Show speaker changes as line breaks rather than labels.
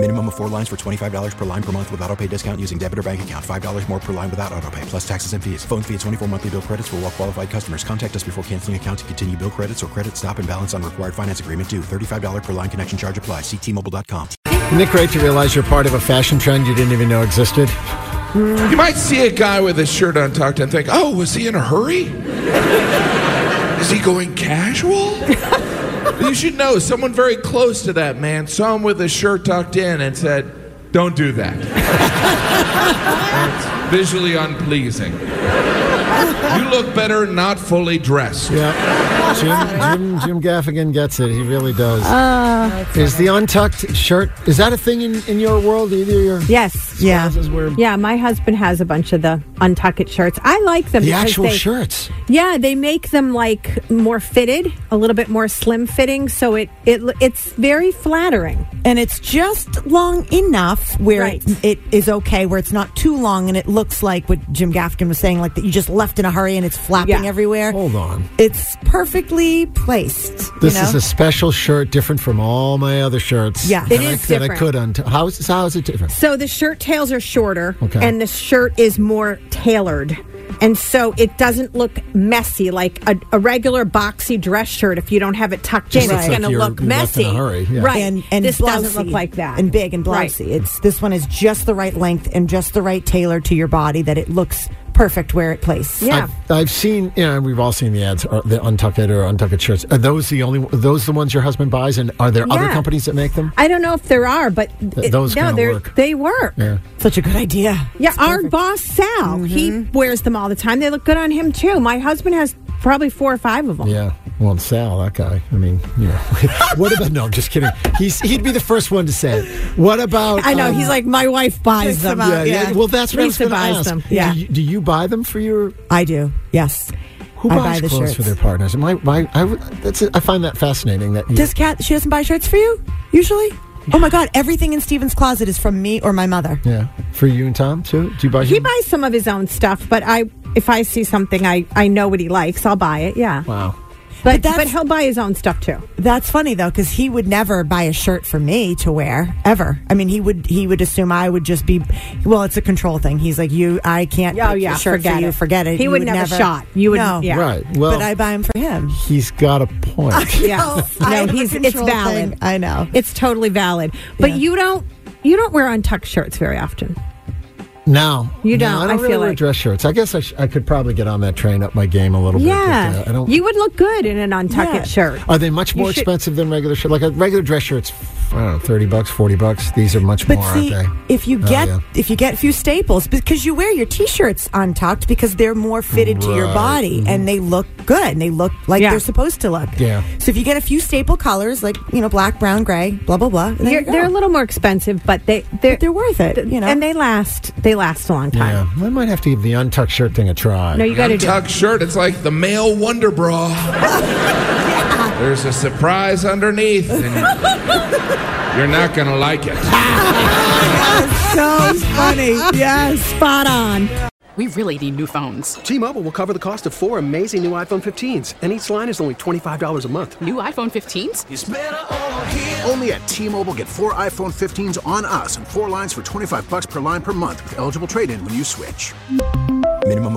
Minimum of four lines for $25 per line per month with auto pay discount using debit or bank account. $5 more per line without auto pay, plus taxes and fees. Phone fee at 24 monthly bill credits for all well qualified customers. Contact us before canceling account to continue bill credits or credit stop and balance on required finance agreement due. $35 per line connection charge apply. Ctmobile.com.
Isn't it great to realize you're part of a fashion trend you didn't even know existed?
You might see a guy with his shirt untucked and think, oh, was he in a hurry? Is he going casual? you should know someone very close to that man saw him with his shirt tucked in and said, don't do that. it's visually unpleasing. You look better not fully dressed.
Yeah. Jim, Jim, Jim Gaffigan gets it. He really does.
Uh,
is the untucked shirt, is that a thing in, in your world? Either your
Yes. Yeah.
spouses wear
Yeah, my husband has a bunch of the untuck it shirts. I like them.
the
because
actual
they-
shirts.
Yeah, they make them like more fitted, a little bit more slim fitting, so it it it's very flattering.
And it's just long enough where
Right.
it, it is okay, where it's not too long and it looks like what Jim Gaffigan was saying, like that you just left in a hurry and it's
Yeah.
flapping everywhere.
Hold on.
It's perfectly placed.
This
you know?
is a special shirt, different from all my other shirts.
Yeah. It
that I,
is
that I
different.
could untuck. How is, how is it different?
So the shirt tails are shorter
Okay.
and the shirt is more tailored. And so it doesn't look messy like a, a regular boxy dress shirt. If you don't have it tucked in,
Just looks
it's
like
going to
you're-
look
you're left
messy.
in a hurry, yeah.
Right.
and and
this doesn't
blousy
look like that.
and big and
Right.
blousy. It's this one is just the right length and just the right tailor to your body that it looks perfect where it placed.
Yeah.
I've, I've seen, you know, we've all seen the ads, or the untucked or untucked shirts. Are those the only, those the ones your husband buys? And are there other
Yeah.
companies that make them?
I don't know if there are, but it-
those
no,
kinda
they're-
work.
they work. Yeah,
Such a good idea.
our boss Sal, he
Mm-hmm.
wears them all the time. They look good on him too. My husband has probably four or five of them.
Yeah. Well, and Sal, that guy. I mean, you know. what about? No, I'm just kidding. He's he'd be the first one to say it. What about?
I know.
um,
he's like my wife buys
Picks
them.
them up.
Yeah, yeah.
yeah.
Well, that's what
Lisa
I was going
buys
to ask.
them.
Yeah.
Do you, do you buy them for your?
I do. Yes.
Who
I
buys
buy the
clothes
shirts.
for their partners? My, my, I, would- that's it. I find that fascinating. That you,
Does Kat she doesn't buy shirts for you usually? Oh my god, everything in Steven's closet is from me or my mother.
yeah, for you and Tom too. Do you buy?
He
him-
buys some of his own stuff, but I if I see something I I know what he likes, I'll buy it. Yeah.
Wow.
But but,
that's-
he'll buy his own stuff too.
That's funny though cuz he would never buy a shirt for me to wear ever. I mean, he would he would assume I would just be well, it's a control thing. He's like, "You I can't
Oh,
pick
yeah,
your shirt
forget
for you.
it.
Forget it."
He
You
would never shop. You would-
No.
yeah.
Right. Well,
but I buy them for him.
he's got a point.
Yeah.
I
no,
have a
he's it's
control
valid.
thing. I know.
It's totally valid. But
Yeah.
you don't you don't wear untucked shirts very often.
now
You
no,
don't,
I don't
I
really
feel
wear
like-
dress shirts. I guess I, sh- I could probably get on that train up my game a little bit.
Yeah.
but, uh, I don't.
You would look good in an untucked
Yeah.
shirt.
Are they much
You
more
should-
expensive than regular shirts? Like a regular dress shirt's, I don't know, thirty bucks, forty bucks. These are much
But
more,
see,
aren't they?
if you
Oh,
get
yeah.
if you get a few staples because you wear your t-shirts untucked because they're more fitted to your
Right. Mm-hmm.
body and they look good and they look like
Yeah.
they're supposed to look.
Yeah.
So if you get a few staple colors like you know black, brown, gray, blah blah blah, there
You're-
you go.
they're a little more expensive, but they they're,
they're worth it, you know.
and they last they last a long time.
yeah, I might have to give the untucked shirt thing a try.
No, you got to do. it.
Tuck shirt, it's like the male wonder bra. There's a surprise underneath, and you're not going to like it.
so funny. Yes, spot on.
We really need new phones.
T-Mobile will cover the cost of four amazing new iPhone 15s, and each line is only $25 a month.
New iPhone 15s?
Only at T-Mobile get four iPhone 15s on us and four lines for 25 bucks per line per month with eligible trade-in when you switch.
Minimum